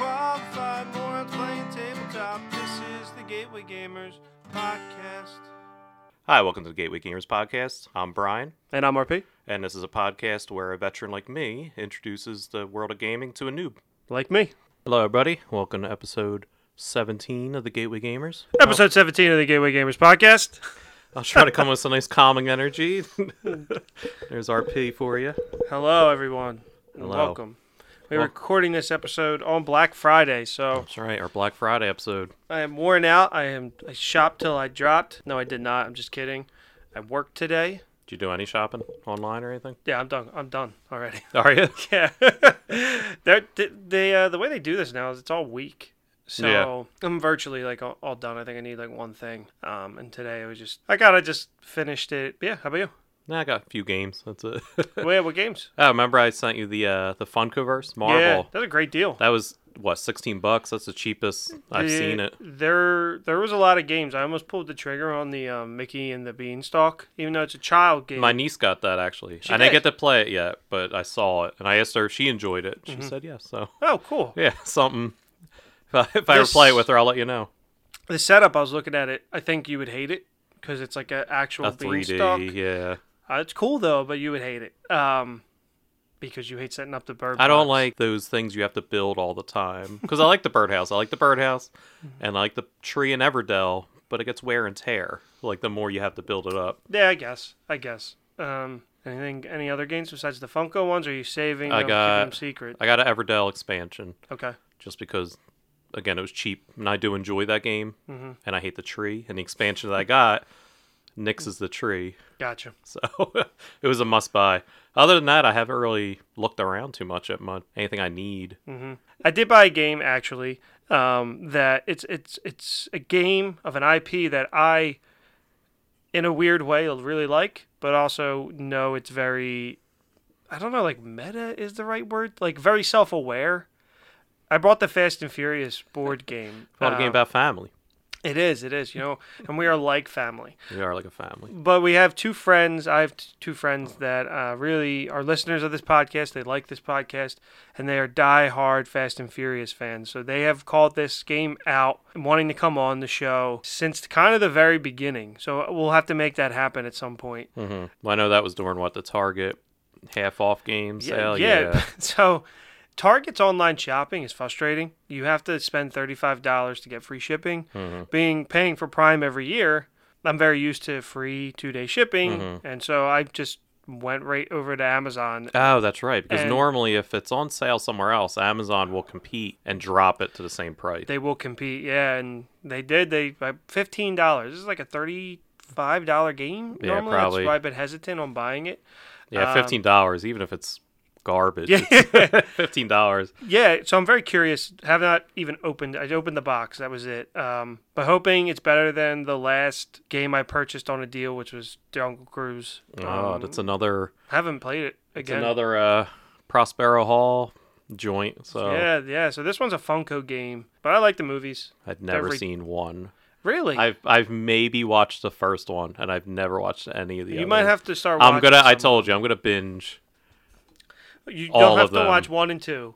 unqualified, morons playing tabletop. This is the Gateway Gamers podcast. Hi, welcome to the Gateway Gamers Podcast. I'm Brian, And I'm RP. and this is a podcast where a veteran like me introduces the world of gaming to a noob. Like me. Hello, everybody. Welcome to episode 17 of the Gateway Gamers. Episode 17 of the Gateway Gamers podcast. I'll try to come with some nice calming energy. There's RP for you. Hello, everyone. and Hello. Welcome. We're Wel- recording this episode on Black Friday, so That's right, our Black Friday episode. I am worn out. I am I shopped till I dropped. No, I did not. I'm just kidding. I worked today. Did you do any shopping online or anything? Yeah, I'm done. I'm done already. Are you? yeah. They're, they they, uh, the way they do this now is it's all week. So Yeah. I'm virtually like all, all done. I think I need like one thing. Um, and today I was just I gotta just finished it. Yeah. How about you? Nah, I got a few games. That's it. Well, yeah, what games? oh, remember I sent you the uh, the Funkoverse Marvel. Yeah, that's a great deal. That was what 16 bucks. That's the cheapest I've Yeah, seen it. There, there was a lot of games. I almost pulled the trigger on the um, Mickey and the Beanstalk, even though it's a child game. My niece got that actually. I didn't did? get to play it yet, but I saw it and I asked her if she enjoyed it. She said yes. So oh, cool! yeah, something. If I, if I ever play it with her, I'll let you know. The setup. I was looking at it. I think you would hate it because it's like an actual A 3D, Beanstalk. yeah. Uh, it's cool though, but you would hate it um, because you hate setting up the bird. I don't box. like those things you have to build all the time because I like the birdhouse. I like the birdhouse, and I like the tree in Everdell, but it gets wear and tear. Like the more you have to build it up. Yeah, I guess. I guess. Um, anything? Any other games besides the Funko ones? Are you saving? I them, keeping got- them secret. I got an Everdell expansion okay. just because, again, it was cheap, and I do enjoy that game, and I hate the tree and the expansion that I got. Nixes the tree. Gotcha. So it was a must buy. Other than that, I haven't really looked around too much at my, anything I need. I did buy a game actually. Um, that it's it's it's a game of an IP that I, in a weird way, really like, but also know it's very, I don't know, like meta is the right word, like very self-aware. I bought the Fast and Furious board game. Not a game Um, about family. it is, it is, you know, and we are like family. We are like a family. But we have two friends. I have t- two friends that uh, really are listeners of this podcast. They like this podcast, and they are die-hard Fast and Furious fans. So they have called this game out, and wanting to come on the show since kind of the very beginning. So we'll have to make that happen at some point. hmm Well, I know that was during what the Target half off game sale. Yeah. yeah. So Target's online shopping is frustrating. You have to spend thirty-five dollars to get free shipping. Mm-hmm. Being paying for Prime every year, I'm very used to free two-day shipping, Mm-hmm. and so I just went right over to Amazon. Oh, that's right. Because And- normally, if it's on sale somewhere else, Amazon will compete and drop it to the same price. They will compete, yeah, and they did. They by fifteen dollars. This is like a thirty-five dollar game. Yeah, Normally, probably. that's why I've been hesitant on buying it. yeah, fifteen dollars, even if it's garbage. um, Yeah. it's fifteen dollars. Yeah, so I'm very curious. Have not even opened. I opened the box. That was it. Um, but hoping it's better than the last game I purchased on a deal, which was Jungle Cruise. Oh, Um, that's another. haven't played it It's again. another uh, Prospero Hall joint. So Yeah, yeah. So this one's a Funko game, but I like the movies. I'd never every- seen one. Really, I've I've maybe watched the first one, and I've never watched any of the. you others. might have to start. I'm gonna. I watching some. told you, I'm gonna binge. you all don't of have to them. watch one and two.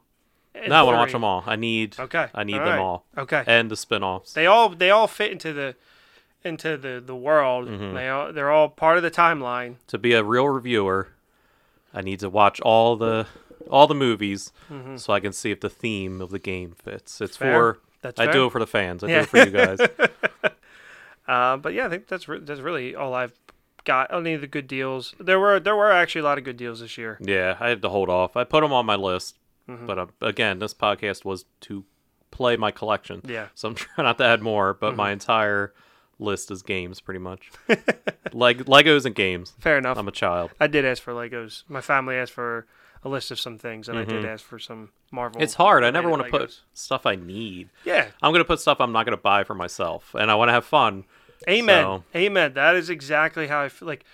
and no, I want to watch three. them all. I need. Okay, I need all them right. all. Okay, And the spin-offs. they all they all fit into the into the the world. Mm-hmm. They all they're all part of the timeline. to be a real reviewer, I need to watch all the all the movies so I can see if the theme of the game fits. It's Mm-hmm. Fair. for. That's I fair. do it for the fans. I Yeah. do it for you guys. Uh, but yeah, I think that's re- that's really all I've got. Only the good deals. There were there were actually a lot of good deals this year. yeah, I had to hold off. I put them on my list, Mm-hmm. but uh, again, this podcast was to play my collection. Yeah. Mm-hmm. So I'm trying not to add more, but my entire list is games, pretty much. Leg- Legos and games. Fair enough. I'm a child. I did ask for Legos. My family asked for a list of some things, and I did ask for some Marvel. Mm-hmm. It's hard. I never want to related put Legos. stuff I need. Yeah. I'm gonna put stuff I'm not gonna buy for myself, and I want to have fun. Amen. So- Amen. That is exactly how I feel. Like,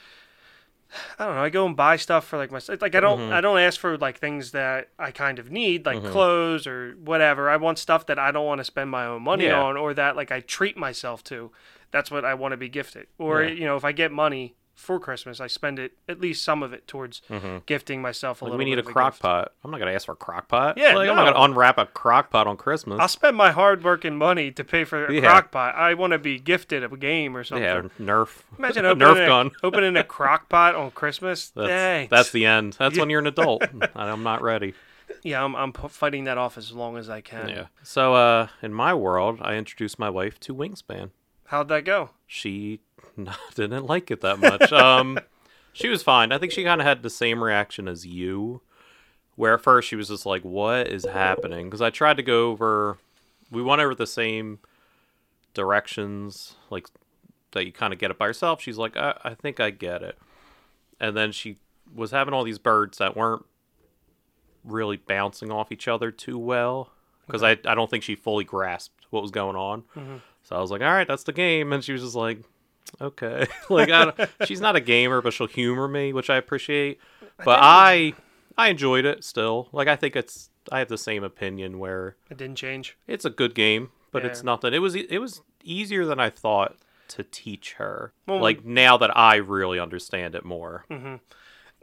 I don't know. I go and buy stuff for like myself. Like I don't. Mm-hmm. I don't ask for like things that I kind of need, like clothes or whatever. I want stuff that I don't want to spend my own money Yeah. on, or that like I treat myself to. That's what I want to be gifted. Or Yeah. you know, if I get money, for Christmas. I spend it at least some of it towards gifting myself a Mm-hmm. Like, little. we need bit a of crock gift. pot. I'm not gonna ask for a crock pot. Yeah, like, I'm not no. gonna unwrap a crock pot on Christmas. I'll spend my hard work and money to pay for a Yeah. crock pot. I want to be gifted a game or something. yeah, Nerf. Imagine a opening, Nerf a, gun. opening a crock pot on Christmas. That's, Thanks. that's the end. That's when you're an adult. I'm not ready. yeah, I'm, I'm p- fighting that off as long as I can. Yeah. So uh, in my world, I introduced my wife to Wingspan. How'd that go? She didn't like it that much. Um, she was fine. I think she kind of had the same reaction as you, where at first she was just like, "What is happening?" Because I tried to go over. We went over the same directions, like that you kind of get it by yourself. She's like, I, "I think I get it," and then she was having all these birds that weren't really bouncing off each other too well because I, I don't think she fully grasped what was going on. So I was like, all right, that's the game. And she was just like, okay. like, I don't- she's not a gamer, but she'll humor me, which I appreciate. But I, I enjoyed it still. Like, I think it's, I have the same opinion where It didn't change. it's a good game, but it's Yeah. nothing. It was, e- it was easier than I thought to teach her. Well, Mm. like, now that I really understand it more.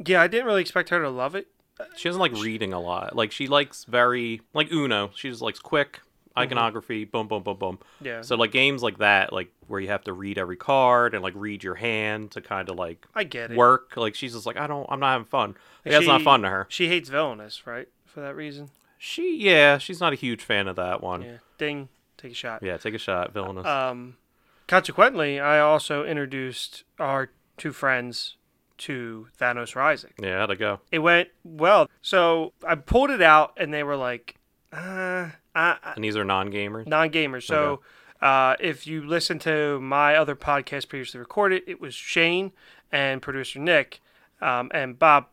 Yeah, I didn't really expect her to love it. She doesn't like reading a lot. Like she likes very like Uno. She just likes quick Mm-hmm. iconography. Boom, boom, boom, boom. Yeah. So like games like that, like where you have to read every card and like read your hand to kind of like I get it. work. Like she's just like I don't. I'm not having fun. Like, that's not She- fun to her. She hates villainous, right? For that reason. She yeah. She's not a huge fan of that one. Yeah. Yeah. Ding. Take a shot. take a shot, villainous. Um, consequently, I also introduced our two friends to Thanos Rising. yeah, how'd it go? It went well. So I pulled it out, and they were like, uh, I, And these are non-gamers. non gamers. So uh, if you listen to my other podcast previously recorded, it was Shane and producer Nick um, and Bob.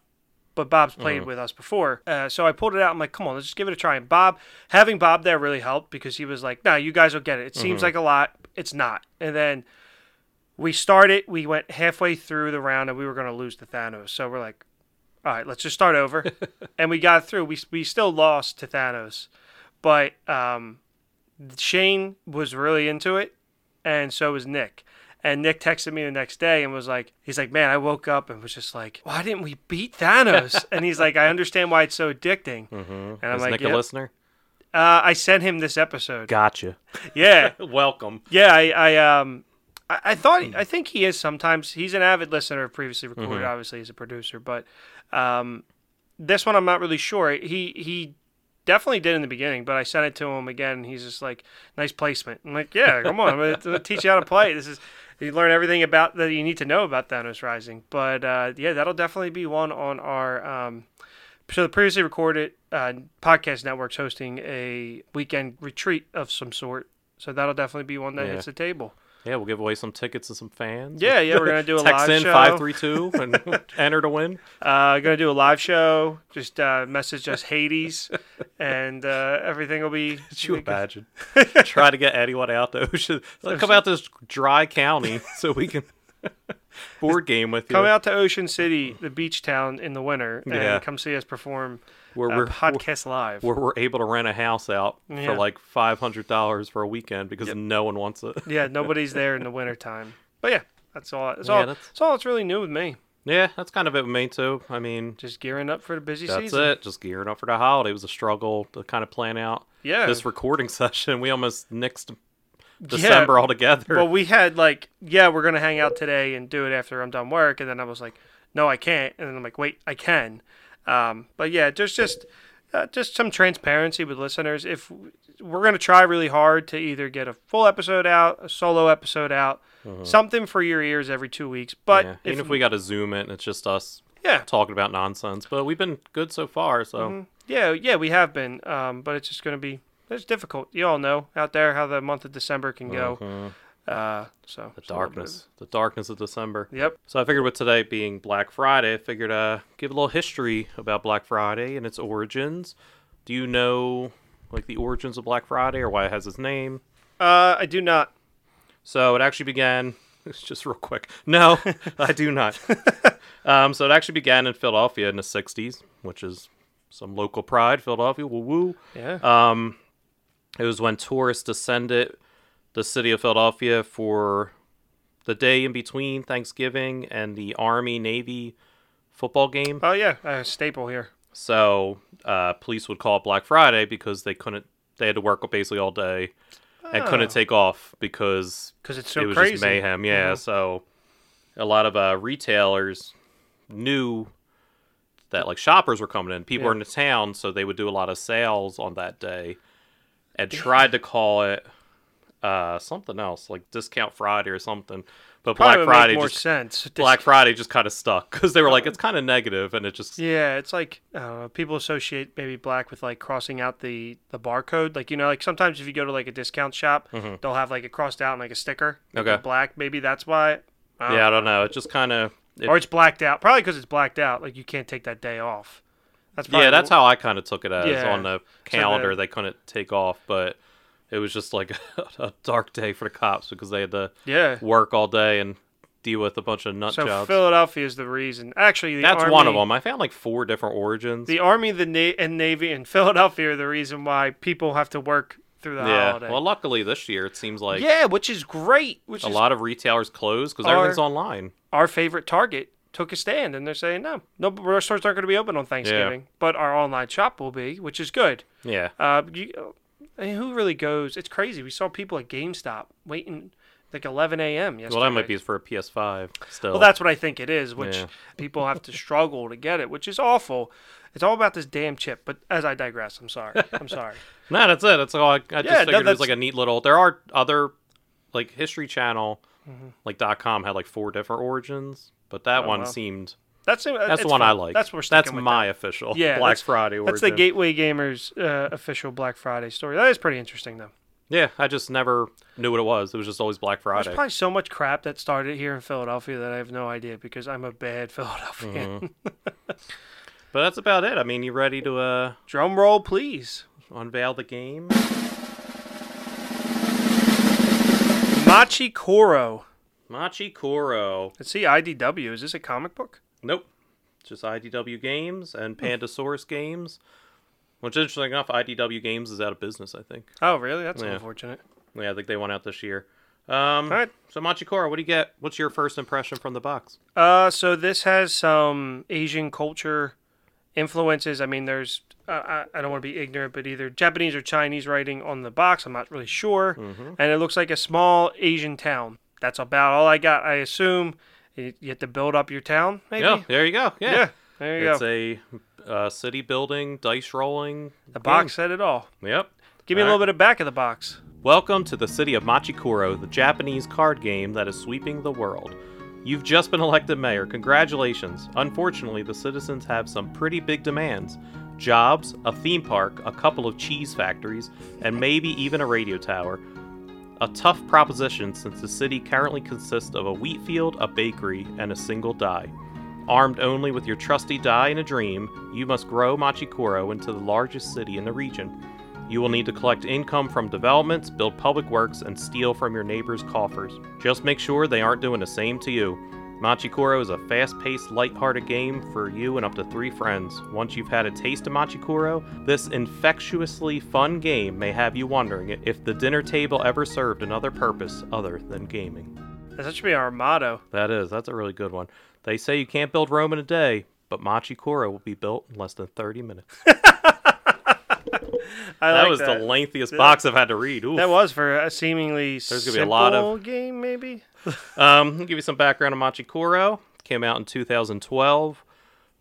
But Bob's played with us before, uh, so I pulled it out. I'm like, "Come on, let's just give it a try." And Bob, having Bob there really helped because he was like, "No, you guys will get it. It seems like a lot, it's not." And then we started. We went halfway through the round, and we were going to lose to Thanos. So we're like, "All right, let's just start over." and we got through. We we still lost to Thanos, but um, Shane was really into it, and so was Nick. And Nick texted me the next day and was like, he's like, man, I woke up and was just like, why didn't we beat Thanos? and he's like, I understand why it's so addicting. Mm-hmm. And I'm Is like, Nick "Yep." a listener? uh, I sent him this episode. Gotcha. Yeah, Welcome. yeah. I, I um, I, I thought, I think he is sometimes. He's an avid listener of previously recorded. Obviously, he's a producer, but um, this one I'm not really sure. He he definitely did in the beginning, but I sent it to him again, and he's just like, "Nice placement." I'm like, "Yeah, come on, I'm gonna, I'm gonna teach you how to play. This is you learn everything about that you need to know about Thanos Rising." But uh, yeah, that'll definitely be one on our. Um, so the previously recorded uh, podcast network's hosting a weekend retreat of some sort, so that'll definitely be one that Yeah. hits the table. Yeah, we'll give away some tickets to some fans. Yeah, yeah, we're gonna do a Text live in show. five three two and enter to win. Uh, gonna do a live show. Just uh, message us Hades, and uh, everything will be. Could you imagine? Try to get anyone out to Ocean. Oh, Like, come out to this dry county so we can board game with you. Come out to Ocean City, the beach town, in the winter, and Yeah. come see us perform where uh, we're, podcast live. where we're able to rent a house out Yeah. for like five hundred dollars for a weekend because no one wants it. yeah, nobody's there in the wintertime. But yeah, that's all. That's Yeah, all. that's- That's... all. It's really new with me. Yeah, that's kind of it with me too. I mean, Just gearing up for the busy that's season. it. Just gearing up for the holiday It was a struggle to kind of plan out. Yeah. This recording session, we almost nixed December altogether. Well, we had like, yeah, we're gonna hang out today and do it after I'm done work, and then I was like, no, I can't, and then I'm like, wait, I can. Um, but yeah, there's just uh, just some transparency with listeners. If we're gonna try really hard to either get a full episode out, a solo episode out, something for your ears every two weeks, but Mm-hmm. yeah. if, Even if we got to zoom in, it's just us yeah, talking about nonsense. But we've been good so far, so. yeah, yeah, we have been, um, but it's just gonna be it's difficult. You all know out there how the month of December can go. Uh, so Mm-hmm. The darkness. The darkness of December. Yep. So I figured with today being Black Friday, I figured uh give a little history about Black Friday and its origins. Do you know like the origins of Black Friday or why it has its name? Uh, I do not. So it actually began it's just real quick. No, I do not. um, so it actually began in Philadelphia in the sixties, which is some local pride, Philadelphia, woo woo. Yeah. It was when tourists descended the city of Philadelphia for the day in between Thanksgiving and the Army Navy football game. Oh yeah, a staple here. So uh, police would call it Black Friday because they couldn't. They had to work basically all day and couldn't take off because because it's Oh. so it was crazy. just mayhem. Yeah, so a lot of uh, retailers knew that like shoppers were coming in, people were in the town, so they would do a lot of sales on that day, and tried to call it uh, something else like Discount Friday or something. But Probably would Black make Friday more Oh. just sense. Just- Black Friday just kind of stuck because they were like it's kind of negative, and it just Yeah, it's like I don't know. People associate maybe black with like crossing out the the barcode. Like you know, like sometimes if you go to like a discount shop, they'll have like it crossed out and like a sticker. like, Mm-hmm. Okay. Black. Maybe that's why. I yeah, I don't know. It just kind of Or it's blacked out. Probably because it's blacked out. Like you can't take that day off. That's probably yeah, that's how I kind of took it as Yeah. on the calendar the- they couldn't take off, but it was just like a dark day for the cops because they had to Yeah. work all day and deal with a bunch of nut So jobs. Philadelphia is the reason. Actually, the that's Army, one of them. I found like four different origins. The Army, the Na- and Navy, and Philadelphia are the reason why people have to work through the yeah. holiday. Well, luckily this year it seems like yeah, which is great. Which a is lot of retailers closed because Are- everything's online. our favorite Target took a stand and they're saying no, no, our stores aren't going to be open on Thanksgiving, but our online shop will be, which is good. Yeah. Uh, you, I mean, who really goes? It's crazy. We saw people at GameStop waiting like 11 a.m. yesterday. well, that might be for a PS5 still. Well, that's what I think it is, which Yeah. people have to struggle to get it, which is awful. It's all about this damn chip. But as I digress, I'm sorry. I'm sorry. No, that's it. That's all. I, no, I just figured it that's- was like a neat little. There are other, like History Channel, like dot com had like four different origins, but that one Oh, wow. seemed That's uh, that's the one I like. That's what we're sticking That's with my official Yeah, Black that's- Friday origin. That's the Gateway Gamers uh, official Black Friday story. That is pretty interesting, though. Yeah, I just never knew what it was. It was just always Black Friday. There's probably so much crap that started here in Philadelphia that I have no idea because I'm a bad Mm-hmm. Philadelphian. but that's about it. I mean, you ready to uh Drum roll, please. unveil the game? Machi Koro. Machi Koro. Let's see, IDW. Is this a comic book? Nope. It's Just IDW Games and Hmm. Pandasaurus Games. Which, interesting enough, IDW Games is out of business, I think. Oh, really? That's Yeah. unfortunate. Yeah, I think they went out this year. Um, All right. So Machikora, what do you get? What's your first impression from the box? Uh, so this has some Asian culture influences. I mean, there's uh, I, I don't want to be ignorant, but either Japanese or Chinese writing on the box. I'm not really sure. Mm-hmm. And it looks like a small Asian town. That's about all I got. I assume you you have to build up your town. Maybe. Yeah, there you go. Yeah, Yeah, There you it's go. a uh, city building, dice rolling. the box said it all. game. Yep. Give me a All little right. bit of back of the box. Welcome to the city of Machikoro, the Japanese card game that is sweeping the world. You've just been elected mayor. Congratulations. Unfortunately, the citizens have some pretty big demands jobs, a theme park, a couple of cheese factories, and maybe even a radio tower. A tough proposition since the city currently consists of a wheat field, a bakery, and a single die. Armed only with your trusty die and a dream, you must grow Machikoro into the largest city in the region. You will need to collect income from developments, build public works, and steal from your neighbors' coffers. Just make sure they aren't doing the same to you. Machikoro is a fast paced, light-hearted game for you and up to three friends. Once you've had a taste of Machikoro, this infectiously fun game may have you wondering if the dinner table ever served another purpose other than gaming. That should be our motto. That is, that's a really good one. They say you can't build Rome in a day, but Machikoro will be built in less than 30 minutes. I that like was that. the lengthiest box I've had to read. Oof. that was for a seemingly There's simple gonna be a lot of- game, maybe. Um, I'll give you some background on Machikoro. Came out in 2012.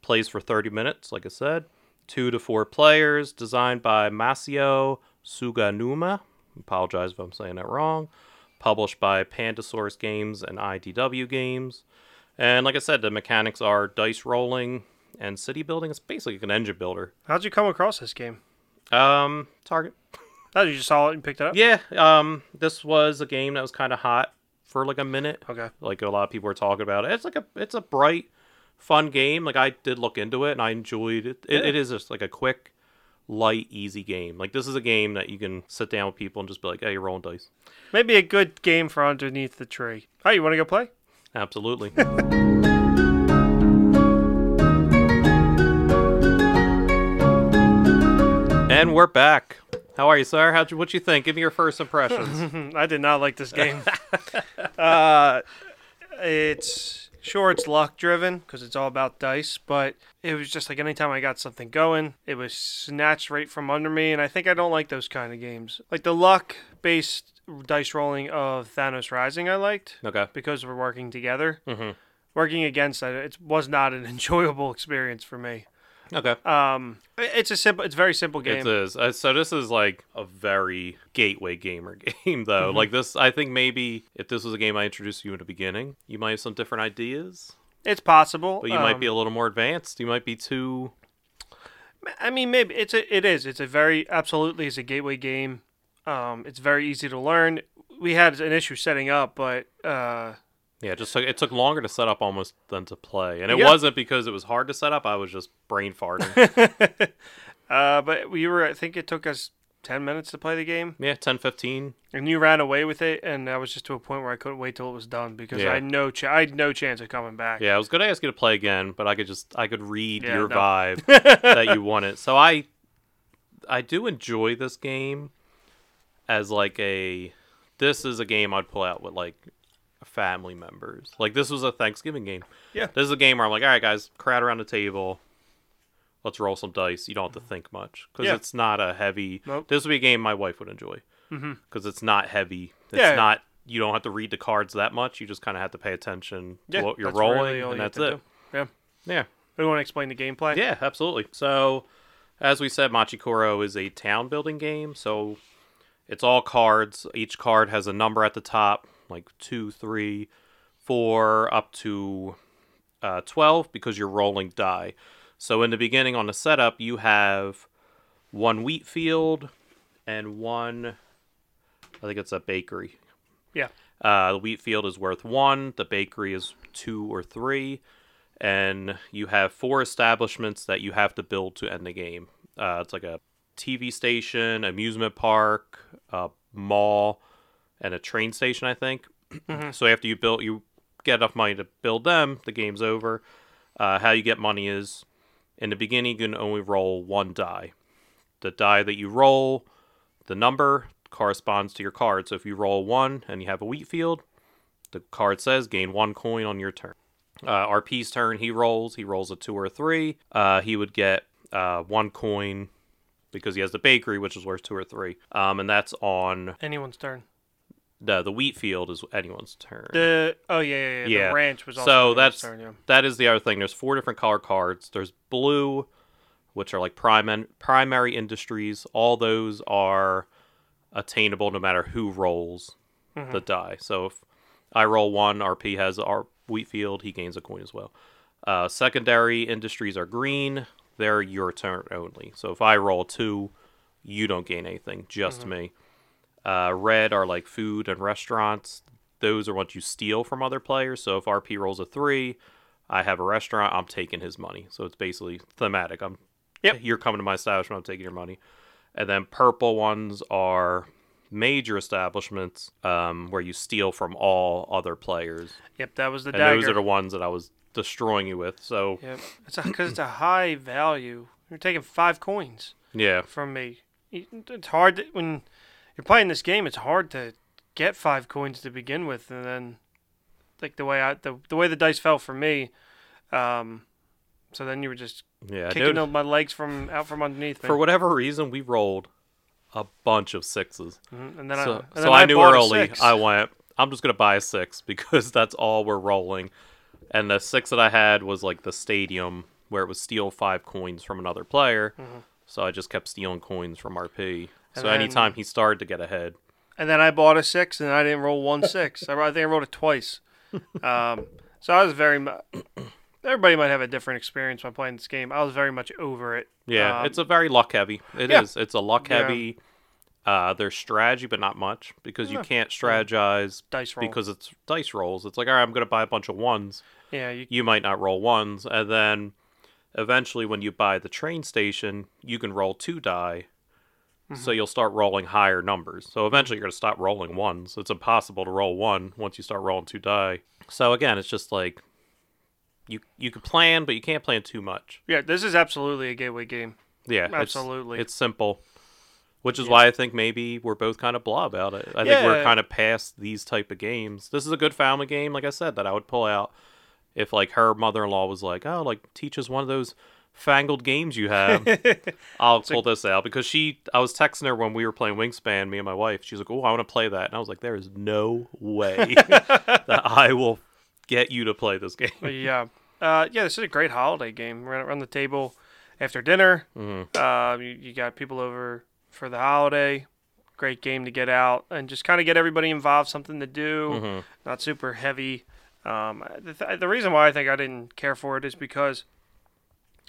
Plays for 30 minutes, like I said. Two to four players. Designed by Masio Suganuma. Apologize if I'm saying that wrong. Published by Pandasaurus Games and IDW Games. And like I said, the mechanics are dice rolling and city building. It's basically like an engine builder. How'd you come across this game? Um, target. Oh, you just saw it and picked it up. Yeah. Um, this was a game that was kind of hot for like a minute Okay. like a lot of people were talking about it. It's like a it's a bright, fun game. Like I did look into it and I enjoyed it. It, it is just like a quick, light, easy game. Like this is a game that you can sit down with people and just be like, "Hey, you're rolling dice." Maybe a good game for underneath the tree. Oh, you want to go play? Absolutely. and we're back. How are you, sir? Hmm, How'd you, what you think? Give me your first impressions. I did not like this game. uh, it's sure it's luck driven because it's all about dice, but it was just like anytime I got something going, it was snatched right from under me, and I think I don't like those kind of games. Like the luck based dice rolling of Thanos Rising, I liked Okay. because we're working together. Mm-hmm. Working against that, it was not an enjoyable experience for me. Okay. Um, it- it's a simple, it's a very simple game. It is. Uh, so this is like a very gateway gamer game, Mm-hmm. though. Like this, I think maybe if this was a game I introduced you in the beginning, you might have some different ideas, it's possible, but you might um, be a little more advanced. You might be too. I mean, maybe it's a, it is. It's a very absolutely it's a gateway game. Um, it's very easy to learn. We had an issue setting up, but uh, Yeah, just took, it took longer to set up almost than to play, and it Yeah. wasn't because it was hard to set up. I was just brain farting. uh, but we were. I think it took us ten minutes to play the game, yeah, 10, 15. and you ran away with it, and I was just to a point where I couldn't wait till it was done because Yeah. I had no ch- I had no chance of coming back. Yeah, I was gonna ask you to play again, but I could just I could read Yeah, your no. vibe that you want it. So I I do enjoy this game as like a this is a game I'd pull out with like family members. Like this was a Thanksgiving game. Yeah. This is a game where I'm like, all right guys, crowd around the table. Let's roll some dice. You don't have to think much because Yeah. it's not a heavy. Nope. Mm-hmm. This would be a game my wife would enjoy because it's not heavy. It's Yeah. not. You don't have to read the cards that much. You just kind of have to pay attention to Yeah, what you're that's rolling, really all and you that's have it. to do. Yeah. Yeah, We want to explain the gameplay. yeah, absolutely. So, as we said, Machikoro is a town building game. So, it's all cards. Each card has a number at the top, like two, three, four, up to uh, 12 because you're rolling die. So in the beginning on the setup, you have one wheat field and one, I think it's a bakery. Yeah. Uh, the wheat field is worth one, the bakery is two or three, and you have four establishments that you have to build to end the game. Uh, it's like a TV station, amusement park, a mall, and a train station, I think. So after you build, you get enough money to build them. The game's over. Uh, how you get money is in the beginning you can only roll one die. The die that you roll, the number corresponds to your card. So if you roll one and you have a wheat field, the card says gain one coin on your turn. Uh, RP's turn, he rolls. He rolls a two or a three. Uh, he would get uh, one coin because he has the bakery, which is worth two or three. Um, and that's on Anyone's turn. the the wheat field is anyone's turn. The oh yeah yeah yeah. Yeah. The ranch was also So anyone's that's turn, yeah. that is the other thing. There's four different color cards. There's blue, which are like prime primary industries. All those are attainable no matter who rolls Mm-hmm. the die. So if I roll one, RP has our wheat field. He gains a coin as well. Uh, secondary industries are green. They're your turn only. So if I roll two, you don't gain anything. Just Mm-hmm. me. Uh, red are like food and restaurants. Those are what you steal from other players. So if RP rolls a three, I have a restaurant. I'm taking his money. So it's basically thematic. I'm Yep. You're coming to my establishment. I'm taking your money. And then purple ones are major establishments um, where you steal from all other players. Yep, that was the And dagger. those are the ones that I was destroying you with. So Yep. It's because it's a high value. You're taking five coins yeah, from me. It's hard to, when you're playing this game. It's hard to get five coins to begin with, and then like the way I the, the way the dice fell for me. Um, so then you were just yeah. kicking dude. the- my legs from out from underneath me, for whatever reason, we rolled a bunch of sixes. Mhm, and then I So, and so then I, I knew bought a early six. I went, I'm just going to buy a six because that's all we're rolling. And the six that I had was like the stadium where it was steal five coins from another player. So I just kept stealing coins from RP. So Mm-hmm. And anytime he started to get ahead, and then I bought a six, and I didn't roll one six. I, ro- I think I rolled it twice. Um, so I was very. mu- Everybody might have a different experience when playing this game. I was very much over it. yeah, Um, it's a very luck heavy. It is. yeah. It's a luck Yeah. heavy. Uh, there's strategy, but not much because you can't strategize dice roll. because it's dice rolls. It's like, all right, I'm going to buy a bunch of ones. yeah, you, you might not roll ones, and then eventually when you buy the train station, you can roll two die. So you'll start rolling higher numbers. So eventually you're going to stop rolling ones. It's impossible to roll one once you start rolling two die. So again, it's just like you you can plan, but you can't plan too much. yeah. This is absolutely a gateway game. Yeah, it's- Absolutely. It's, simple. which is why I think maybe we're both kind of blah about it. I think Yeah. we're kind of past these type of games. This is a good family game, like I said, that I would pull out if like her mother in law was like, "Oh, like teach us one of those fangled games you have." I'll pull this out because she. I was texting her when we were playing Wingspan, me and my wife. She's like, "Oh, I want to play that," and I was like, "There is no way that I will get you to play this game." But yeah, uh, yeah, this is a great holiday game. We're around the table after dinner. Uh, you, you got people over for the holiday. Great game to get out and just kind of get everybody involved, something to do. Not super heavy. Um, the, th- the reason why I think I didn't care for it is because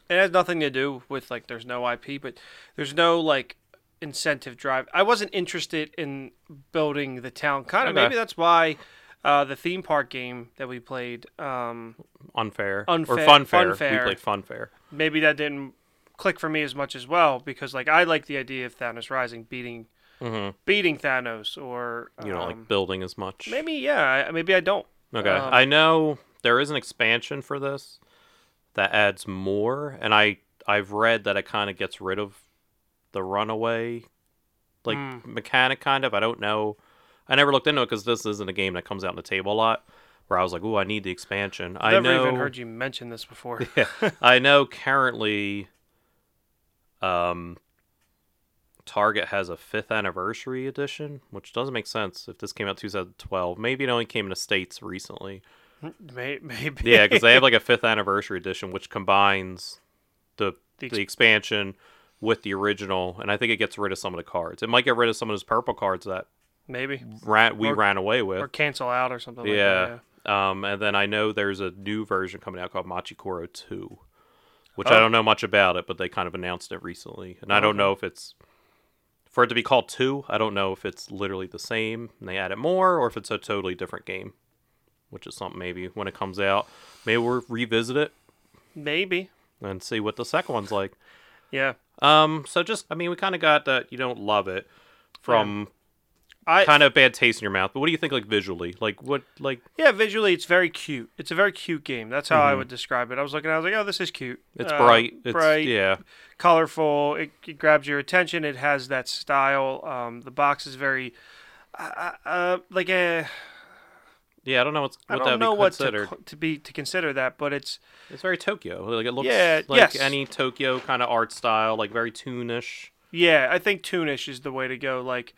it has nothing to do with like there's no IP, but there's no like incentive drive. I wasn't interested in building the town. Kind of Okay. maybe that's why uh, the theme park game that we played. Um, Unfair, Unfair- or funfair. funfair. We played funfair. maybe that didn't click for me as much as well because like I like the idea of Thanos rising beating beating Thanos or Mm-hmm. You don't um, like building as much. maybe yeah I- maybe I don't Okay. Um, I know there is an expansion for this that adds more, and I I've read that it kind of gets rid of the runaway like Hmm. mechanic kind of. I don't know. I never looked into it because this isn't a game that comes out on the table a lot. Where I was like, "Ooh, I need the expansion." I never know. even heard you mention this before I know currently, um, Target has a fifth anniversary edition, which doesn't make sense if this came out 2012. Maybe it only came to states recently. May- maybe Yeah, because they have like a fifth anniversary edition, which combines the The the, ex- expansion with the original, and I think it gets rid of some of the cards. It might get rid of some of those purple cards that maybe ran, we Or- ran away with. or cancel out or something like yeah. that, Um, and then I know there's a new version coming out called Machikoro 2, which Oh. I don't know much about it, but they kind of announced it recently. And I don't know if it's for it to be called 2, I don't know if it's literally the same and they add it more or if it's a totally different game, which is something maybe when it comes out, maybe we'll revisit it maybe and see what the second one's like. yeah Um, so just I mean, we kind of got that you don't love it from I kind of bad taste in your mouth. But what do you think like visually? Like what like yeah visually it's very cute it's a very cute game that's how I would describe it I was looking I was like oh this is cute Mm-hmm. it's Uh, bright, it's bright yeah. colorful. It, it grabs your attention. It has that style. Um, the box is very, uh, uh, uh, like a. Yeah, I don't know what's, I what don't that know would be what considered. to, co- to be to consider that, but it's It's very Tokyo. Like it looks Yeah, like yes. any Tokyo kind of art style, like very toonish. yeah. I think Toonish is the way to go. Like,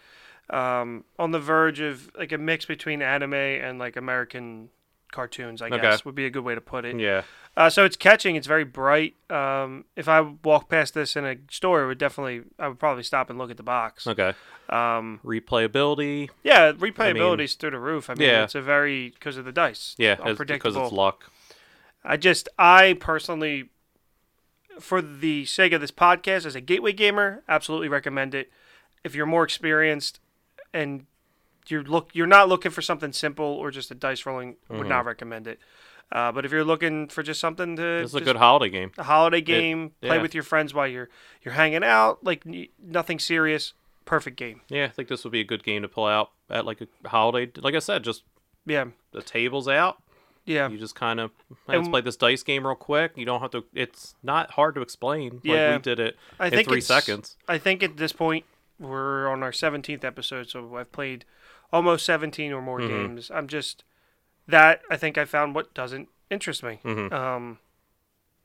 um, on the verge of like a mix between anime and like American cartoons. I Okay. guess would be a good way to put it. Yeah. Uh, so it's catching. It's very bright. Um, if I walk past this in a store, it would definitely. I would probably stop and look at the box. Okay. Um, Replayability. Yeah, replayability is through the roof. I mean, Yeah. it's a very because of the dice. Yeah, it's it's because unpredictable. it's luck. I just, I personally, for the sake of this podcast, as a gateway gamer, absolutely recommend it. If you're more experienced and you're look, you're not looking for something simple or just a dice rolling, would Mm-hmm. not recommend it. Uh, but if you're looking for just something to This is a just- good holiday game. a holiday game, play yeah. with your friends while you're you're hanging out, like n- nothing serious, perfect game. Yeah, I think this would be a good game to pull out at like a holiday. Like I said, just Yeah, the tables out. yeah. You just kind of let's And- play this dice game real quick. You don't have to. It's not hard to explain. Yeah. like we did it I in think three it's- seconds. I think at this point we're on our 17th episode, so I've played almost 17 or more Mm-hmm. games. I'm just that I think I found what doesn't interest me. Mm-hmm. Um,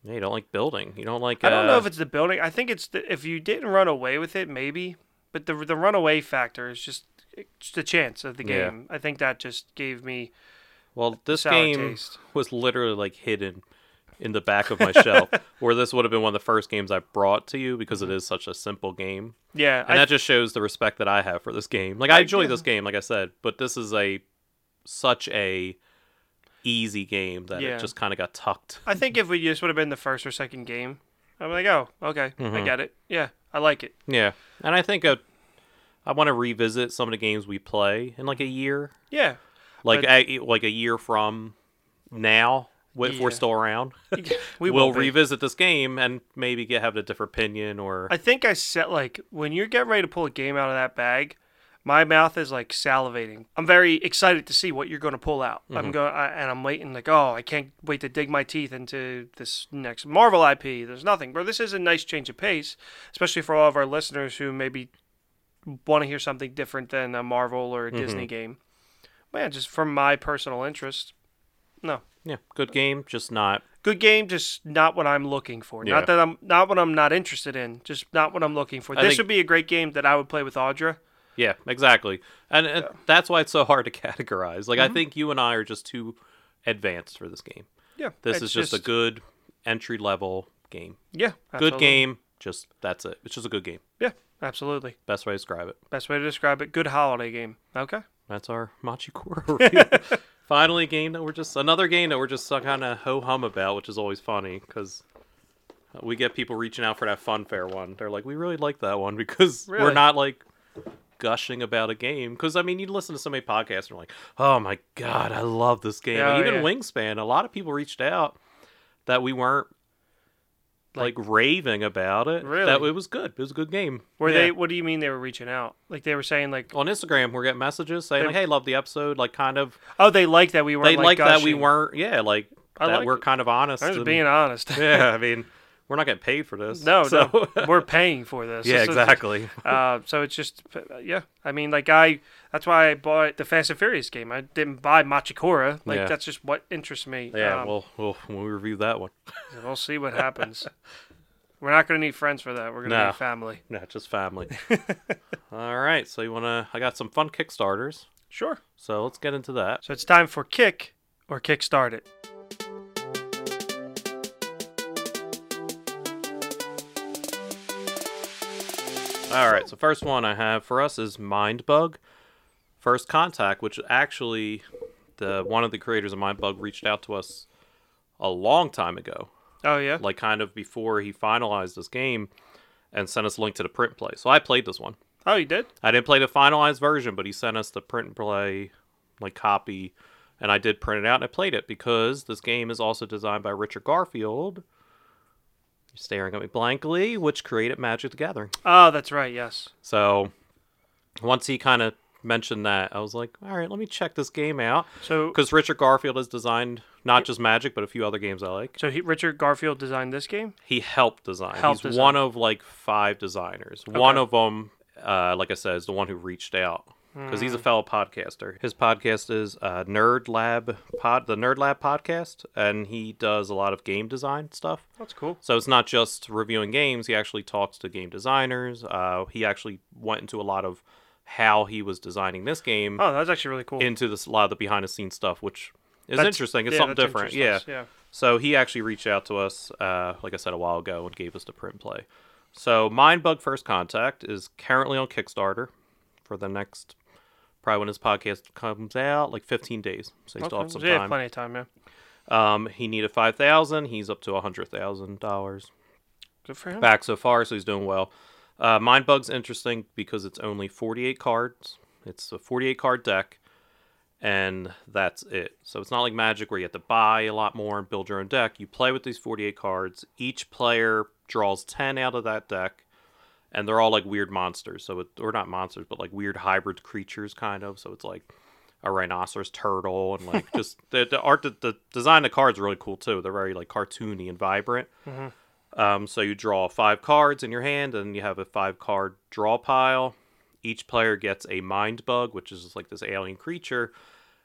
Yeah, you don't like building. You don't like. I don't know uh, if it's the building. I think it's the, if you didn't run away with it, maybe. But the the runaway factor is just it's the chance of the Yeah. game. I think that just gave me Well, this sour game taste. was literally like hidden in the back of my shelf, where this would have been one of the first games I brought to you because it is such a simple game, yeah. and Mm-hmm. I, that just shows the respect that I have for this game. Like I enjoy this game, like I said, but this is a such a easy game that Yeah. it just kind of got tucked. I think if we just would have been the first or second game, I'm like, oh, okay, Mm-hmm. I get it. Yeah, I like it. Yeah, and I think uh, I want to revisit some of the games we play in like a year, Yeah. like But- a, like a year from now. If Yeah. we're still around, We will will be. revisit this game and maybe get have a different opinion or I think I said like when you're getting ready to pull a game out of that bag, my mouth is like salivating. I'm very excited to see what you're going to pull out. I'm going I, and I'm waiting like oh I can't wait to dig my teeth into this next Marvel IP. There's nothing, bro. This is a nice change of pace, especially for all of our listeners who maybe want to hear something different than a Marvel or a Disney game. But yeah, just from my personal interest, no. Yeah, good game, just not. Good game, just not what I'm looking for. Yeah. Not that I'm not what I'm not interested in, just not what I'm looking for. I this think- would be a great game that I would play with Audra. Yeah, exactly. And, and that's why it's so hard to categorize. Mm-hmm. Like I think you and I are just too advanced for this game. Yeah. This it's is just, a good entry level game. Yeah. Good absolutely. game, just that's it. It's just a good game. Yeah, absolutely. Best way to describe it. Best way to describe it. Good holiday game. Okay. That's our Machi Koro review. Finally, a game that we're just another game that we're just kind of ho hum about, which is always funny because we get people reaching out for that fun fair one. They're like, we really like that one because we're Really? not like gushing about a game. Because I mean, you listen to so many podcasts and you're like, oh my god, I love this game. Like, Oh, even yeah. Wingspan, a lot of people reached out that we weren't like, raving about it. Really? that it was good. It was a good game. Were Yeah they? What do you mean they were reaching out? Like they were saying like, on Instagram? We're getting messages saying They- like, hey, love the episode. Like, kind of. oh, they like that we weren't. they like, that we gushing. weren't yeah like I that like we're it. kind of honest I'm just and- being honest. yeah i mean we're not getting paid for this no, so no, we're paying for this. yeah This is- exactly Uh, so it's just, yeah. I mean, like I, that's why I bought the Fast and Furious game. I didn't buy Machikora. Like Yeah. that's just what interests me. yeah Um, well, well when we review that one we'll see what happens. we're not gonna need friends for that. We're gonna No. need family. yeah just family all right so you want to i got some fun kickstarters Sure. so let's get into that So it's time for kick or kickstart it. all right so first one i have for us is mind bug first contact which actually the one of the creators of mind bug reached out to us a long time ago Oh yeah. like kind of before he finalized this game and sent us a link to the print play. So I played this one. Oh, you did. I didn't play the finalized version, but he sent us the print and play like copy and I did print it out and I played it because this game is also designed by Richard Garfield. You're staring at me blankly, which created Magic the Gathering. Oh, that's right. Yes. So once he kind of mentioned that, I was like, all right, let me check this game out. So Because Richard Garfield has designed not just Magic, but a few other games I like. So he, Richard Garfield designed this game. He helped design. Helped He's design. one of like five designers. One of them, uh, like I said, is the one who reached out because Hmm. he's a fellow podcaster. His podcast is uh, Nerd Lab Pod, the Nerd Lab podcast, and he does a lot of game design stuff. That's cool. So it's not just reviewing games. He actually talks to game designers. Uh, he actually went into a lot of how he was designing this game Oh, that's actually really cool. into this a lot of the behind the scenes stuff, which is That's- interesting. It's yeah, something that's different. interesting. Yeah. So he actually reached out to us, uh, like I said a while ago, and gave us the print and play. So Mindbug First Contact is currently on Kickstarter for the next, probably when his podcast comes out, like 15 days. So you Okay. still have some So you have time. plenty of time, yeah. Um, he needed 5000 He's up to $100,000 Good for him. back so far, so he's doing well. Uh, Mind Bug's interesting because it's only 48 cards. It's a 48 card deck, and that's it. So it's not like Magic where you have to buy a lot more and build your own deck. You play with these 48 cards. Each player draws 10 out of that deck, and they're all like weird monsters. So it, or not monsters, but like weird hybrid creatures, kind of. So it's like a rhinoceros turtle and like just the, the art the, the design of the cards are really cool too they're very like cartoony and vibrant um, so you draw five cards in your hand, and you have a five card draw pile. Each player gets a mind bug, which is like this alien creature.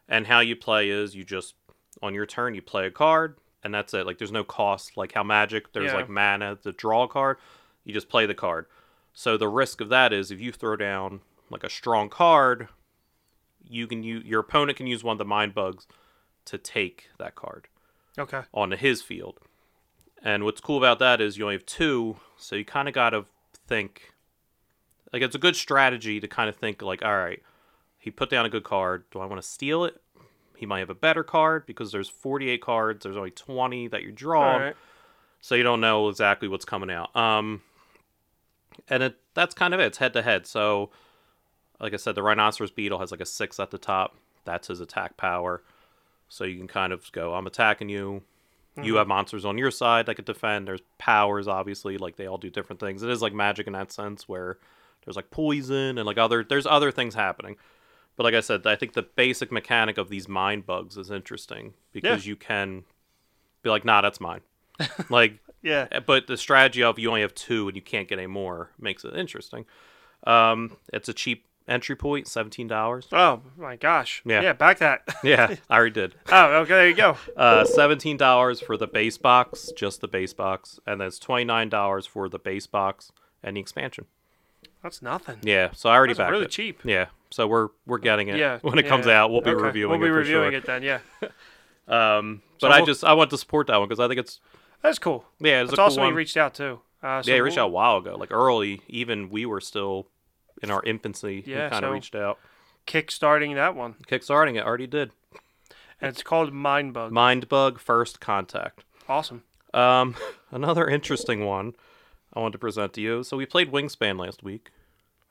And how you play is you just on your turn you play a card, and that's it. Like there's no cost, like how Magic there's Yeah. like mana to draw a card. You just play the card. So the risk of that is if you throw down like a strong card, you can use your opponent can use one of the mind bugs to take that card Okay. onto his field. And what's cool about that is you only have two, so you kind of got to think. Like, it's a good strategy to kind of think, like, all right, he put down a good card. Do I want to steal it? He might have a better card because there's 48 cards. There's only 20 that you draw All right. so you don't know exactly what's coming out. Um, and it that's kind of it. It's head to head. So, like I said, the rhinoceros beetle has like a six at the top. That's his attack power. So you can kind of go, I'm attacking you. You have monsters on your side that could defend. There's powers, obviously, like they all do different things. It is like magic in that sense, where there's like poison and like other there's other things happening. But like I said, I think the basic mechanic of these mind bugs is interesting because you can be like, nah, that's mine. like Yeah. but the strategy of you only have two and you can't get any more makes it interesting. Um, it's a cheap entry point, seventeen dollars. Oh my gosh. Yeah. Yeah. Back that. Yeah, I already did. oh, okay. There you go. Uh, seventeen dollars for the base box, just the base box, and that's twenty nine dollars for the base box and the expansion. That's nothing. Yeah, so I already That's backed really it. cheap. Yeah, so we're we're getting it. Yeah. when it yeah, comes yeah. out, we'll be Okay, reviewing. We'll be it for reviewing sure. it then. Yeah. Um, but So I we'll- just I want to support that one because I think it's That's cool. yeah, it's That's a cool also one. he reached out too. Uh, so yeah, he reached we'll- out a while ago, like early. Even we were still in our infancy. Yeah, he kind of so- reached out, Kickstarting that one, kickstarting it. Already did. and it's called Mind Bug. Mind bug first contact. awesome. Um, another interesting one I wanted to present to you. So we played Wingspan last week,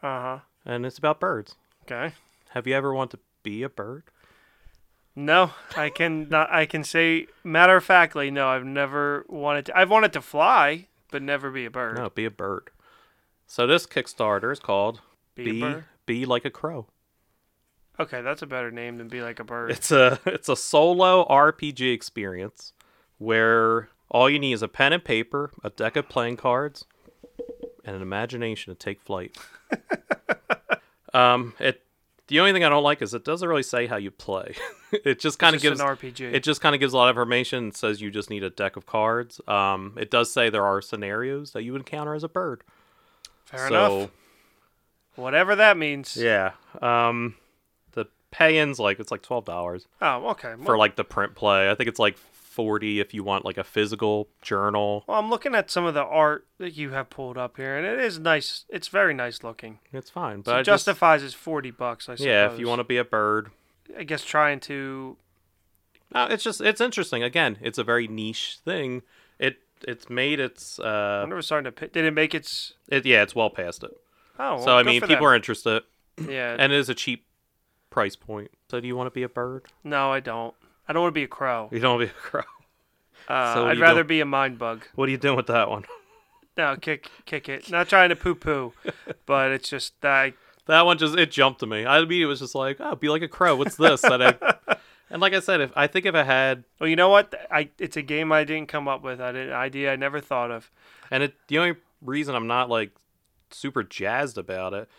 Uh huh. and it's about birds. Okay. Have you ever wanted to be a bird? No, I can not. I can say matter of factly, no. I've never wanted to. I've wanted to fly, but never be a bird. No, be a bird. So this Kickstarter is called Be a "Be bird? Be Like a Crow." Okay, that's a better name than be like a bird. It's a it's a solo RPG experience where all you need is a pen and paper, a deck of playing cards, and an imagination to take flight. um, it the only thing I don't like is it doesn't really say how you play. it just kind of Just gives an RPG. it just kind of gives a lot of information. It says you just need a deck of cards. Um, it does say there are scenarios that you encounter as a bird. Fair so enough. Whatever that means. yeah, um, the pay-ins like it's like twelve dollars. Oh, okay. Well, for like the print play. I think it's like 40 if you want like a physical journal. well, I'm looking at some of the art that you have pulled up here, and it is nice. It's very nice looking. It's fine, but So I it just- justifies his forty bucks. I suppose. yeah, if you want to be a bird, to, I guess trying to. no, it's just it's interesting. Again, it's a very niche thing. It it's made its I uh never starting to. Pick, did it make its? it, yeah, it's well past it. Oh, well, So I good mean, for people them. are interested, Yeah. and it is a cheap price point. So do you want to be a bird? no, I don't. I don't want to be a crow. You don't want to be a crow. Uh, So I'd you rather don't- be a mind bug. What are you doing with that one? No, kick, kick it. Not trying to poo poo, but it's just that I, That one just it jumped to me. I immediately was just like, oh, be like a crow. What's this? and, I, and like I said, if I think if I had Well, you know what? I it's a game I didn't come up with. I didn't idea I never thought of. And it the only reason I'm not like super jazzed about it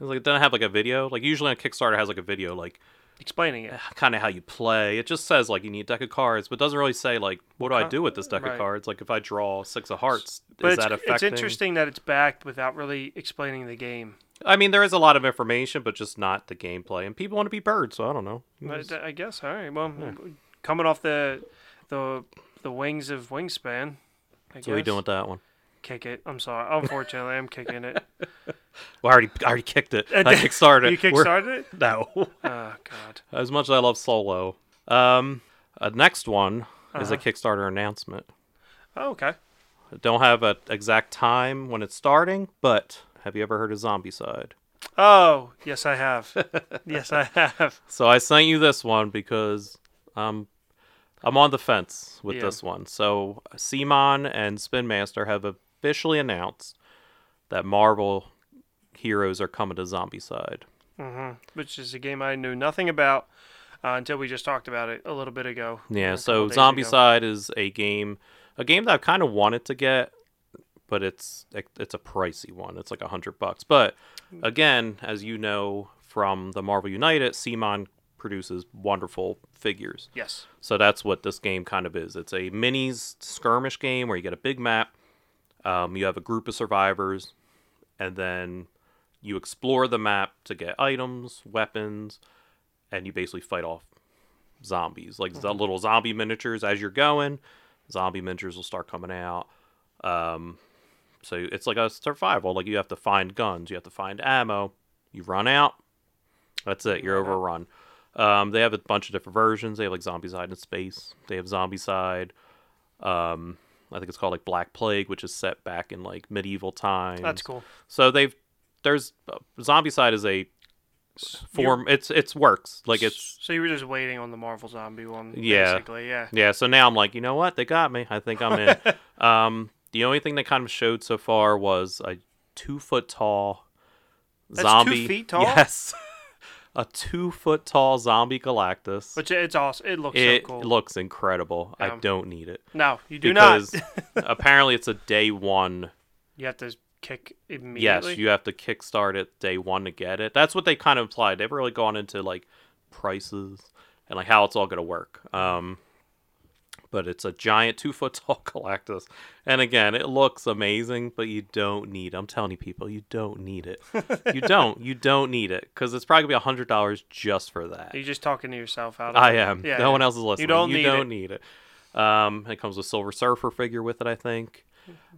is like it doesn't have like a video. Like usually on Kickstarter it has like a video like Explaining it. kind of how you play. It just says like you need a deck of cards, but it doesn't really say like what do I Huh. do with this deck Right. of cards? Like if I draw six of hearts, But is it's, that affecting? it's interesting that it's backed without really explaining the game. I mean, there is a lot of information, but just not the gameplay. And people want to be birds, so I don't know. You But just- I guess all right. Well, coming off the the the wings of wingspan. I So what are you guess. doing with that one? Kick it. I'm sorry. Unfortunately, I'm kicking it. Well, I already, I already kicked it. I kickstarted. you it. We're- kickstarted it? No. Oh God. As much as I love solo, um, uh, next one is Uh-huh. a Kickstarter announcement. Oh, okay. Don't have an exact time when it's starting, but have you ever heard of Zombie Side? Oh yes, I have. yes, I have. So I sent you this one because um, I'm on the fence with Yeah. this one. So Simon and Spin Master have officially announced that Marvel heroes are coming to Zombie Side. Which is a game I knew nothing about uh, until we just talked about it a little bit ago. a Yeah, couple so days Zombie ago. Side is a game, a game that I've kind of wanted to get, but it's it's a pricey one. It's like a hundred bucks. But Mm. again, as you know from the Marvel United, Simon produces wonderful figures. Yes. So that's what this game kind of is. It's a minis skirmish game where you get a big map, um, you have a group of survivors, and then you explore the map to get items, weapons, and you basically fight off zombies. Like the little zombie miniatures as you're going, zombie miniatures will start coming out. Um, so it's like a survival. Like you have to find guns, you have to find ammo. You run out, that's it. You're overrun. Um, they have a bunch of different versions. They have like Zombie Side in space. They have Zombie Side. Um, I think it's called like Black Plague, which is set back in like medieval times. That's cool. So they've there's Zombie Side is a form. It's it's works like it's So you were just waiting on the Marvel Zombie one, Yeah. basically. Yeah. yeah. So now I'm like, you know what? They got me. I think I'm in. um, the only thing they kind of showed so far was a two foot tall two zombie. feet tall? Yes. a two foot tall zombie Galactus. Which it's awesome. It looks it so cool. looks incredible. Yeah. I don't need it no, you do because not. apparently it's a day one. You have to kick immediately? Yes, you have to kickstart it day one to get it. That's what they kind of implied. They've really gone into like prices and like how it's all going to work. Um, but it's a giant two foot tall Galactus, and again, it looks amazing, but you don't need. I'm telling you, people, you don't need it. you don't. You don't need it because it's probably gonna be a hundred dollars just for that. You're just talking to yourself out. Of I it. am. Yeah, no yeah. one else is listening. You don't don't, need need it. Um, it comes with Silver Surfer figure with it, I think.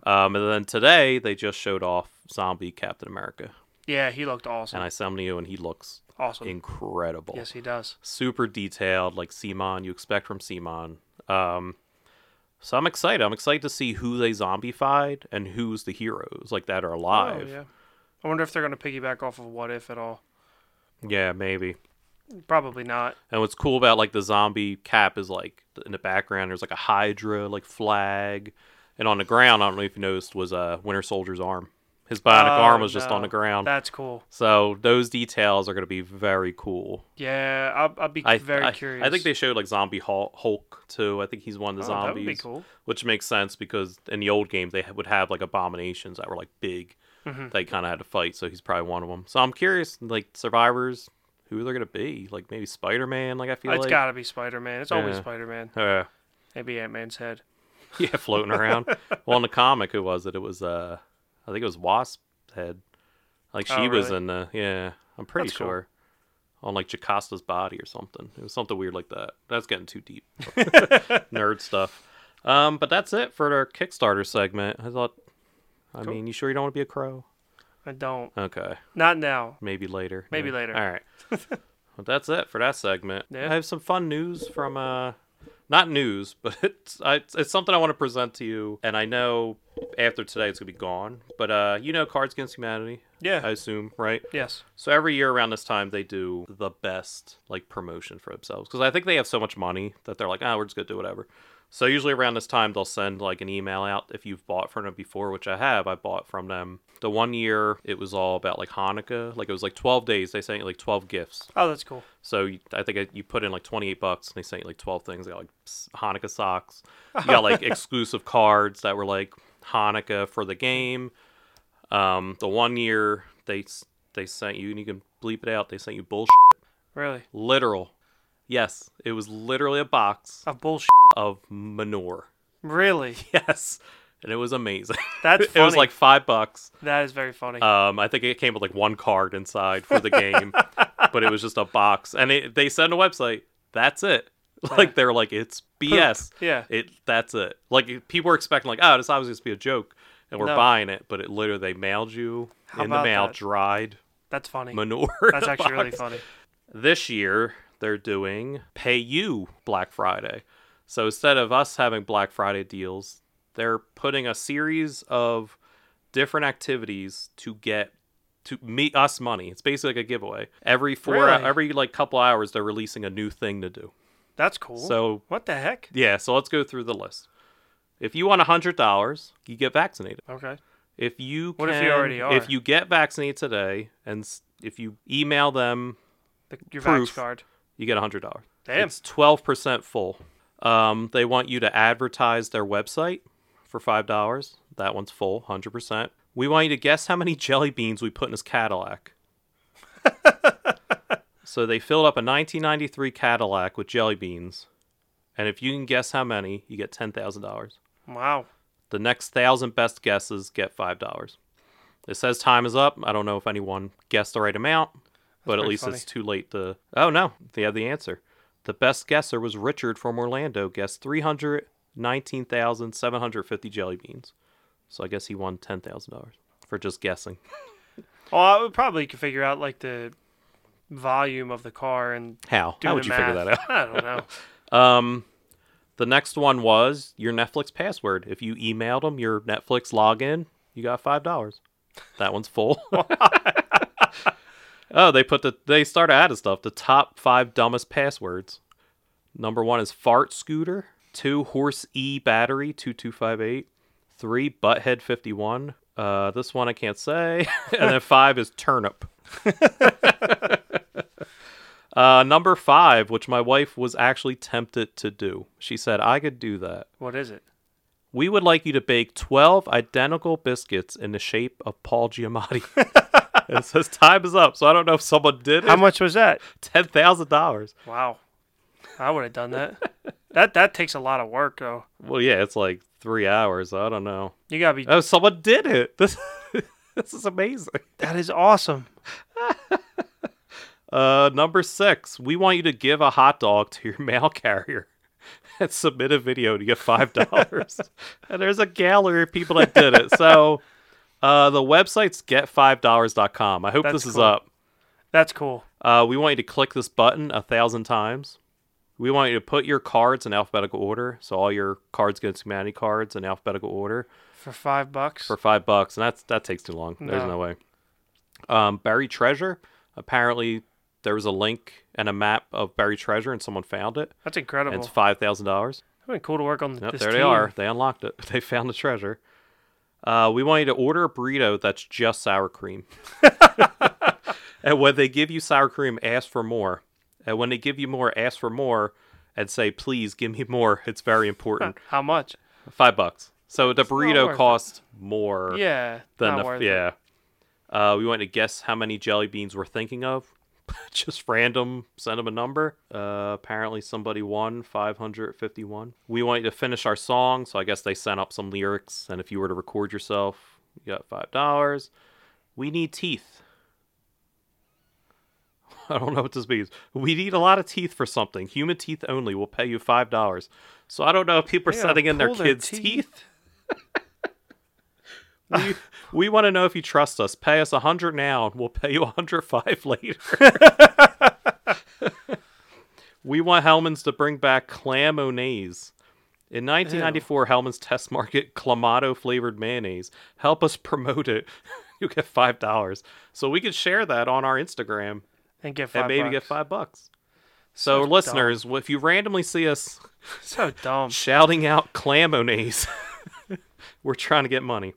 Um, and then today they just showed off Zombie Captain America, Yeah, he looked awesome. and I summoned you, and he looks awesome. incredible. Yes, he does. Super detailed, like Simon you expect from Simon. Um, so I'm excited. I'm excited to see who they zombified and who's the heroes like that are alive. Oh yeah. I wonder if they're going to piggyback off of What If at all. yeah, maybe. Probably not. And what's cool about like the zombie cap is like th- in the background there's like a Hydra like flag, and on the ground I don't know if you noticed was uh, Winter Soldier's arm. His bionic Oh, arm was just on no. the ground. That's cool. so those details are going to be very cool. Yeah, I'll, I'll be I very I, curious. I think they showed like Zombie Hul- Hulk too. I think he's one of the oh, zombies, That would be cool. which makes sense because in the old games they ha- would have like abominations that were like big. Mhm. They kind of had to fight, so he's probably one of them. So I'm curious, like survivors, who they're gonna be? Like maybe Spider Man. Like I feel It's like got to be Spider Man. It's always Yeah. Spider Man. Uh, Maybe Ant Man's head. yeah, floating around. well, in the comic, who was it? It was uh, I think it was Wasp head. Like she Oh, was really? in the yeah. I'm pretty That's cool. sure on like Jacosta's body or something. It was something weird like that. That's getting too deep. Nerd stuff. Um, but that's it for our Kickstarter segment. I thought. I Cool. mean, you sure you don't want to be a crow? I don't. Okay, Not now. maybe later. Maybe Yeah. later. All right. well, that's it for that segment. Yeah. I have some fun news from uh, not news, but it's I, it's something I want to present to you. And I know after today it's gonna be gone, but uh, you know, Cards Against Humanity. Yeah. I assume, right? yes. So every year around this time, they do the best like promotion for themselves because I think they have so much money that they're like, ah, we're just gonna do whatever. So usually around this time, they'll send like an email out if you've bought from them before, which I have. I bought from them. The one year it was all about like Hanukkah, like it was like twelve days. They sent you like twelve gifts. Oh, that's cool. So you, I think I, you put in like 28 bucks and they sent you like 12 things. They got like s- Hanukkah socks. You got like exclusive cards that were like Hanukkah for the game. Um, the one year they s- they sent you, and you can bleep it out, they sent you bullshit. Really? Literal. Yes, it was literally a box A bullshit. of manure. Really? Yes. And it was amazing. That's it was funny. like five bucks. That is very funny. Um, I think it came with like one card inside for the game, but it was just a box. And it, they said on the website, "That's it." Like they're like, "It's BS." Yeah. It that's it. Like it- people were expecting like, "Oh, this obviously just be a joke," and we're No. buying it, but it literally they mailed you How in the about mail that? dried that's funny. manure. That's in a actually really box. funny. This year they're doing pay you Black Friday. So instead of us having Black Friday deals, they're putting a series of different activities to get to meet us money. It's basically like a giveaway. Every four Really? every like couple hours they're releasing a new thing to do. That's cool. So what the heck? yeah, so let's go through the list. If you want hundred dollars, you get vaccinated. Okay. If you What if you can- already are? if you get vaccinated today and s- if you email them, The, your Proof. vax card. you get hundred dollars. Damn. It's twelve percent full. Um, they want you to advertise their website for five dollars. That one's full, hundred percent. We want you to guess how many jelly beans we put in his Cadillac. so they filled up a 1993 Cadillac with jelly beans, and if you can guess how many, you get ten thousand dollars. Wow. The next thousand best guesses get five dollars. It says time is up. I don't know if anyone guessed the right amount, but at pretty least funny. it's too late to. Oh no, they have the answer. The best guesser was Richard from Orlando. Guessed three hundred nineteen thousand seven hundred fifty jelly beans. So I guess he won ten thousand dollars for just guessing. Well, Oh, I would probably could figure out like the volume of the car and How? do How the would you figure math. that out? I don't know. Um, the next one was your Netflix password. If you emailed them your Netflix login, you got five dollars. That one's full. oh, they put the they started adding stuff. The top five dumbest passwords. Number one is fart scooter. Two horse e battery two two five eight. Three butthead fifty one. Uh, this one I can't say. and then five is turnip. Uh, number five, which my wife was actually tempted to do. She said, I could do that. What is it? We would like you to bake 12 identical biscuits in the shape of Paul Giamatti. it says time is up, so I don't know if someone did it. How much was that? $10,000. Wow, I would have done that. that that takes a lot of work though. Well, yeah, it's like three hours. I don't know. You gotta be. Oh, someone did it. This, this is amazing. That is awesome. Uh, number six, we want you to give a hot dog to your mail carrier and submit a video to get five dollars. and there's a gallery of people that did it. So uh, the website's get5dollars.com. I hope That's this is cool. up. That's cool. Uh, we want you to click this button a thousand times. We want you to put your cards in alphabetical order. So all your cards against humanity cards in alphabetical order For five bucks. for five bucks, and that's that takes too long. There's No. no way. Um, buried treasure. Apparently, there was a link and a map of buried treasure, and someone found it. That's And incredible. it's five thousand dollars. It's been cool to work on Yep, this there they team. are. They unlocked it. They found the treasure. Uh, we want you to order a burrito that's just sour cream. and when they give you sour cream, ask for more. And when they give you more, ask for more, and say, "Please give me more. It's very important." How much? Five bucks. So the worth burrito it. costs more Yeah, than not the, worth it. yeah. Uh, we want to guess how many jelly beans we're thinking of. Just random, send them a number. Uh, apparently somebody won 551. We want you to finish our song, so I guess they sent up some lyrics. And if you were to record yourself, you got five dollars. We need teeth. I don't know what this means. We need a lot of teeth for something. Human teeth only. We'll pay you five dollars. So I don't know if people are Yeah, sending in their pull kids' teeth. We, we want to know if you trust us. Pay us a hundred now, and we'll pay you a hundred five later. we want Hellman's to bring back clam onase. In 1994, Hellman's test market clamato flavored mayonnaise. Help us promote it. you get five dollars, so we could share that on our Instagram And get five and maybe bucks. get five bucks. So, dumb. listeners, if you randomly see us So dumb. shouting out clam onase, we're trying to get money.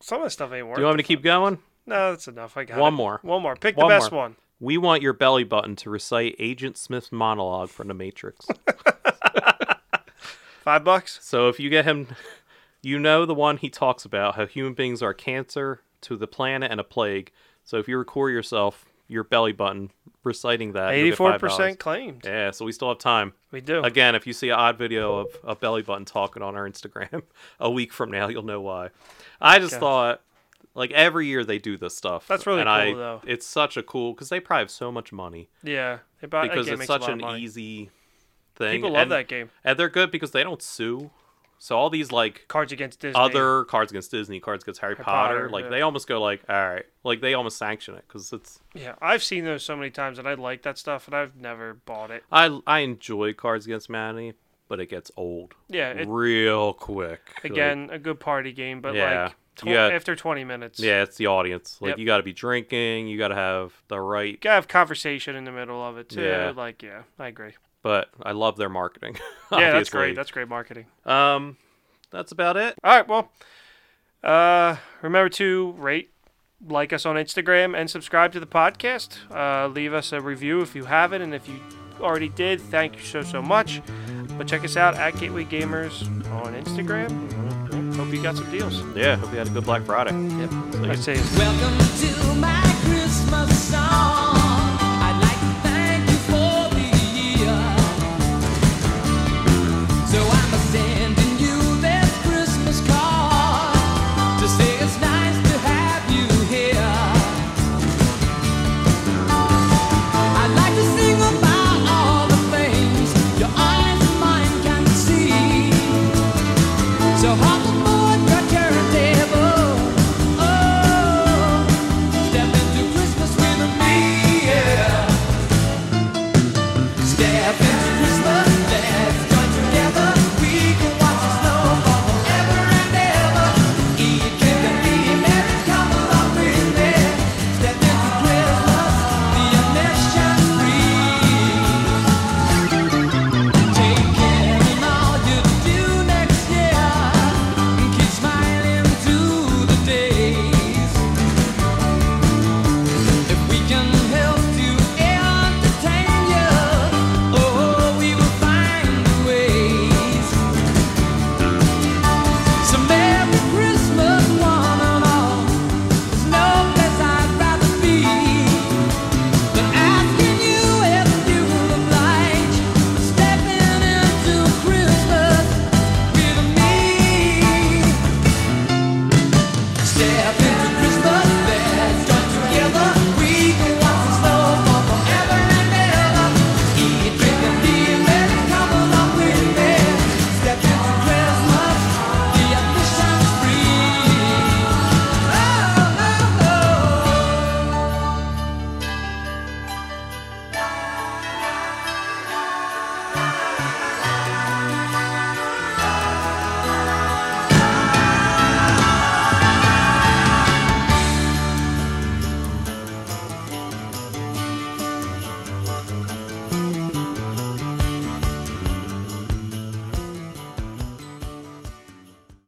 Some of the stuff ain't worth. Do you want me it. to keep going? No, that's enough. I got One it. more. One more. Pick One the best more. one. We want your belly button to recite Agent Smith's monologue from The Matrix. Five bucks. so if you get him, you know the one he talks about how human beings are cancer to the planet and a plague. So if you record yourself, your belly button reciting that, you'll get Eighty-four $5. percent claimed. Yeah, so we still have time. We do. Again, if you see an odd video of a belly button talking on our Instagram a week from now, you'll know why. I just thought, like every year they do this stuff. That's really and cool, I, though. It's such a cool because they probably have so much money Yeah, they bought, because that game makes it's such a lot an of money. easy thing. People love and, that game. and they're good because they don't sue. So all these like Cards Against Disney. other Cards Against Disney, Cards Against Harry, Potter, Potter, like yeah. they almost go like, all right, like they almost sanction it because it's Yeah, I've seen those so many times, and I like that stuff, and I've never bought it. I I enjoy Cards Against Humanity, but it gets old. Yeah, it- real quick. Like, Again, a good party game, but Yeah. like tw- You got- after twenty minutes, yeah, it's the audience. Like Yep. you got to be drinking, you got to have the right. you gotta have conversation in the middle of it too. Yeah. Like, yeah, I agree. But I love their marketing. Yeah, that's great. obviously. That's great marketing. um, that's about it. All right, well, uh, remember to rate, like us on Instagram, and subscribe to the podcast. Uh, leave us a review if you haven't, and if you already did, thank you so so much. But check us out at Gateway Gamers on Instagram. Mm-hmm. Hope you got some deals. Yeah, hope you had a good Black Friday. Yep. I say. Welcome to my Christmas song.